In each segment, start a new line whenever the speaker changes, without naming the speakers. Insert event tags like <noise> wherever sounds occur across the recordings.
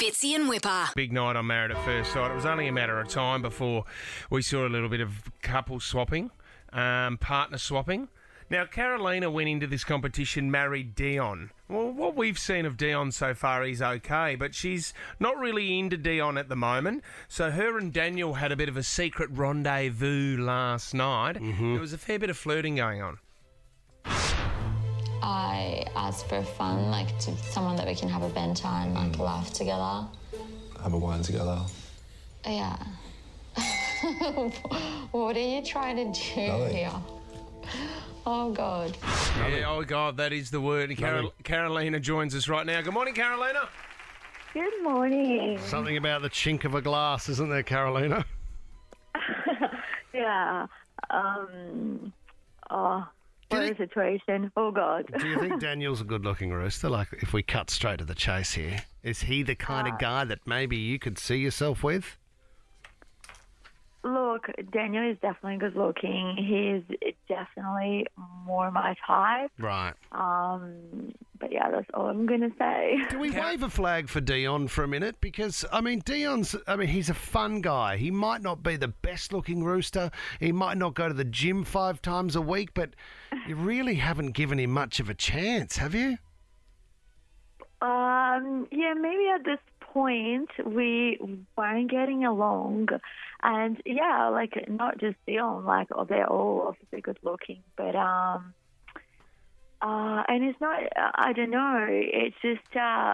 Fitzy and Whipper.
Big night on Married at First Sight. It was only a matter of time before we saw a little bit of couple swapping, um, partner swapping. Now, Carolina went into this competition married Dion. Well, what we've seen of Dion so far, he's okay, but she's not really into Dion at the moment. So, her and Daniel had a bit of a secret rendezvous last night. There was a fair bit of flirting going on.
I asked for fun, like to someone that we can have a bend time, like laugh together.
have a wine together.
Yeah. <laughs> what are you trying to do
Nothing.
here? Oh God.
Yeah, oh, God, that is the word. And Carol- Carolina joins us right now. Good morning, Carolina.
Good morning.
Something about the chink of a glass, isn't there, Carolina? <laughs>
Yeah. Um. Oh, what a situation. Oh God.
Do you think Daniel's a good-looking rooster? Like, if we cut straight to the chase here, is he the kind
Ah.
of guy that maybe you could see yourself with?
Look, Daniel is definitely good looking. He's definitely more my type.
Right.
Um. But yeah, that's all I'm gonna say. <laughs>
Do we wave a flag for Dion for a minute? Because I mean, Dion's. I mean, he's a fun guy. He might not be the best-looking rooster. He might not go to the gym five times a week, but you really haven't given him much of a chance, have you?
Um, yeah, maybe at this point we weren't getting along, and yeah, like not just Dion, like oh, they're all obviously good looking, but um, uh, and it's not, I don't know, it's just uh,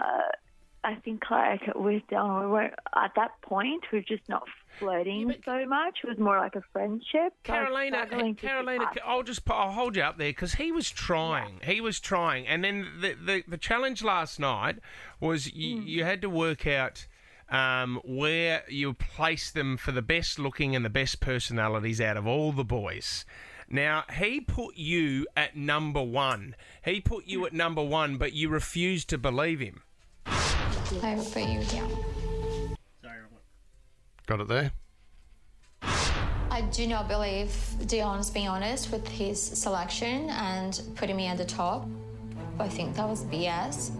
I think like with Dion, we weren't at that point we're just not flirting so much. It was more like a friendship. so I was
Carolina, eh,
struggling to keep
Carolina,
up.
I'll just I'll hold you up there because he was trying. He was trying, and then the the, the challenge last night was you,
Hmm.
you had to work out um, where you place them for the best looking and the best personalities out of all the boys. Now he put you at number one. He put
Hmm.
you at number one, but you refused to believe him.
I would put you down.
Got it there.
I do not believe Dion's being honest with his selection and putting me at the top. I think that was BS.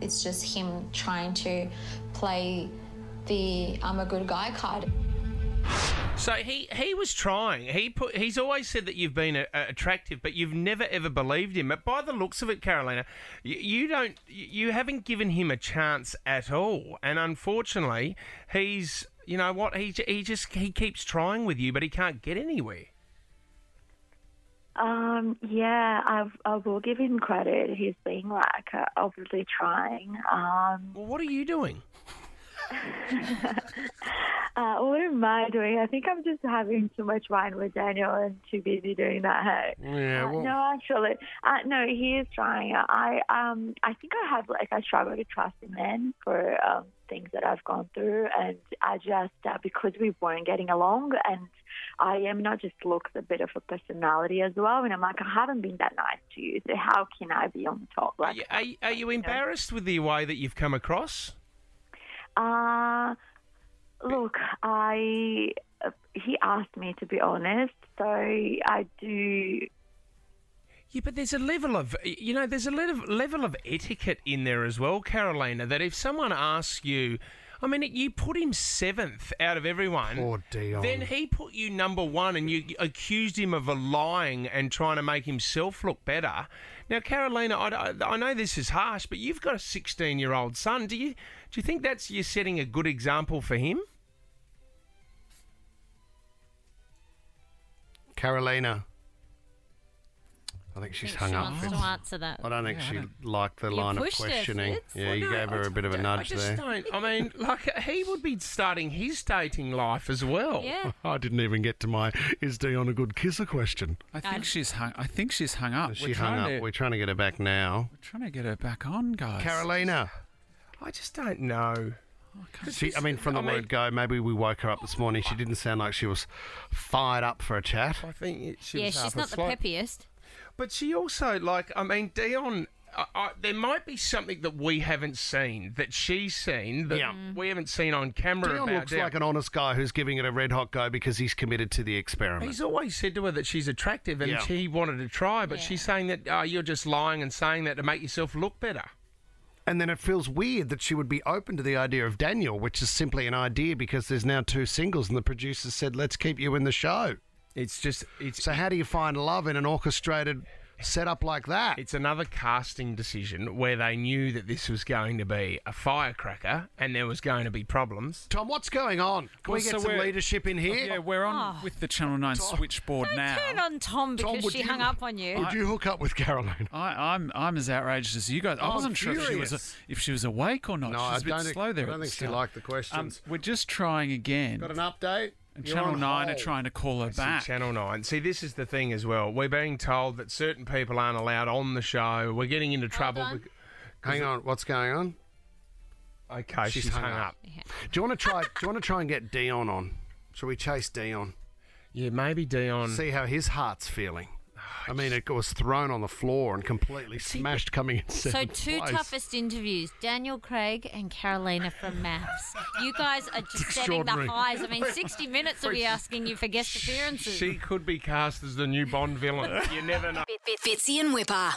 It's just him trying to play the I'm a good guy card.
So he he was trying. He put he's always said that you've been a, a- attractive, but you've never ever believed him. But by the looks of it, Carolina, you, you don't you, you haven't given him a chance at all. And unfortunately, he's you know what he j- he just he keeps trying with you, but he can't get anywhere.
Um, yeah, I, I will give him credit. He's being like uh, obviously trying. Um,
Well, what are you doing?
uh, what am I doing? I think I'm just having too much wine with Daniel and too busy doing that. Hey.
Yeah.
Uh, no, actually, uh, no. He is trying. I um, I think I have like I struggle to trust a man for um, things that I've gone through, and I just uh, because we weren't getting along, and I am not just looks a bit of a personality as well. And I'm like, I haven't been that nice to you, so how can I be on the top?
Are
Like,
you, are, you- are you embarrassed with the way that you've come across?
Uh, look, I uh, he asked me to be honest, so I do.
Yeah, but there's a level of you know there's a level level of etiquette in there as well, Carolina. That if someone asks you, I mean, you put him seventh out of everyone.
Poor Dion.
Then he put you number one, and you accused him of a lying and trying to make himself look better. Now, Carolina, I, I know this is harsh, but you've got a 16 year old son. Do you do you think that's you're setting a good example for him?
Carolina. I think she's
think
hung
she
up.
wants
Fitz.
to answer that.
I don't think she liked the
You
line of
pushed her,
questioning.
Fitz.
yeah, you
No,
gave her
I
a bit of a
don't-
nudge
I just
there.
don't. I mean, <laughs> like he would be starting his dating life as well.
Yeah.
<laughs> I didn't even get to my is Dion a good kisser question.
I think she's hung. I think she's hung up.
she
Ah, We're
hung
trying
up.
to-
We're trying to get her back now.
we're trying to get her back on, guys.
Carolina.
I just don't know.
She, I mean, from the
I mean-
word go, maybe we woke her up this morning. She didn't sound like she was fired up for a chat.
I think it, she
Yeah,
was half
she's not the
asleep.
peppiest.
But she also, like, I mean, Dion. I, I, there might be something that we haven't seen that she's seen that
Yeah. Mm.
we haven't seen on camera.
Dion
about
looks like an honest guy who's giving it a red hot go because he's committed to the experiment.
He's always said to her that she's attractive and
Yeah.
she wanted to try, but
Yeah.
"Oh, she's saying that uh, you're just lying and saying that to make yourself look better.
And then it feels weird that she would be open to the idea of Daniel, which is simply an idea because there's now two singles and the producers said, let's keep you in the show.
It's just it's
So, how do you find love in an orchestrated setup like that?
It's another casting decision where they knew that this was going to be a firecracker and there was going to be problems.
Tom, what's going on? Can
Well,
we get
so
some
we're-
leadership in here?
Yeah, we're on with the Channel 9 switchboard
Oh. Don't
now.
turn on Tom because
would
she
you-
hung up on you.
Would you hook up with Caroline?
I, I'm I'm as outraged as you guys. I
Oh, I'm
wasn't sure if she was
furious.
if she was awake or not.
No,
She's
I
a bit
don't think-
slow there.
I
at
don't
the
think she
start.
liked the
Um,
questions.
we're just trying again.
Got an update?
and
You're
Channel
on
Nine are
hold.
trying to call her
See,
back.
Channel 9. See, this is the thing as well. We're being told that certain people aren't allowed on the show. We're getting into trouble.
on.
bec-
Hang on, what's going on?
Okay, she's, hung, up.
Do you want to try? do you want to try and get Dion on? Shall we chase Dion?
Yeah, maybe Dion.
See how his heart's feeling.
Oh,
I mean, it was thrown on the floor and completely smashed coming in
So
second
two
place.
toughest interviews, Daniel Craig and Carolina from Maths. You guys are just setting the
Extraordinary.
highs. I mean, 60 minutes will be asking you for guest appearances.
she could be cast as the new Bond villain. <laughs> you never know.
Fitzy and Whipper.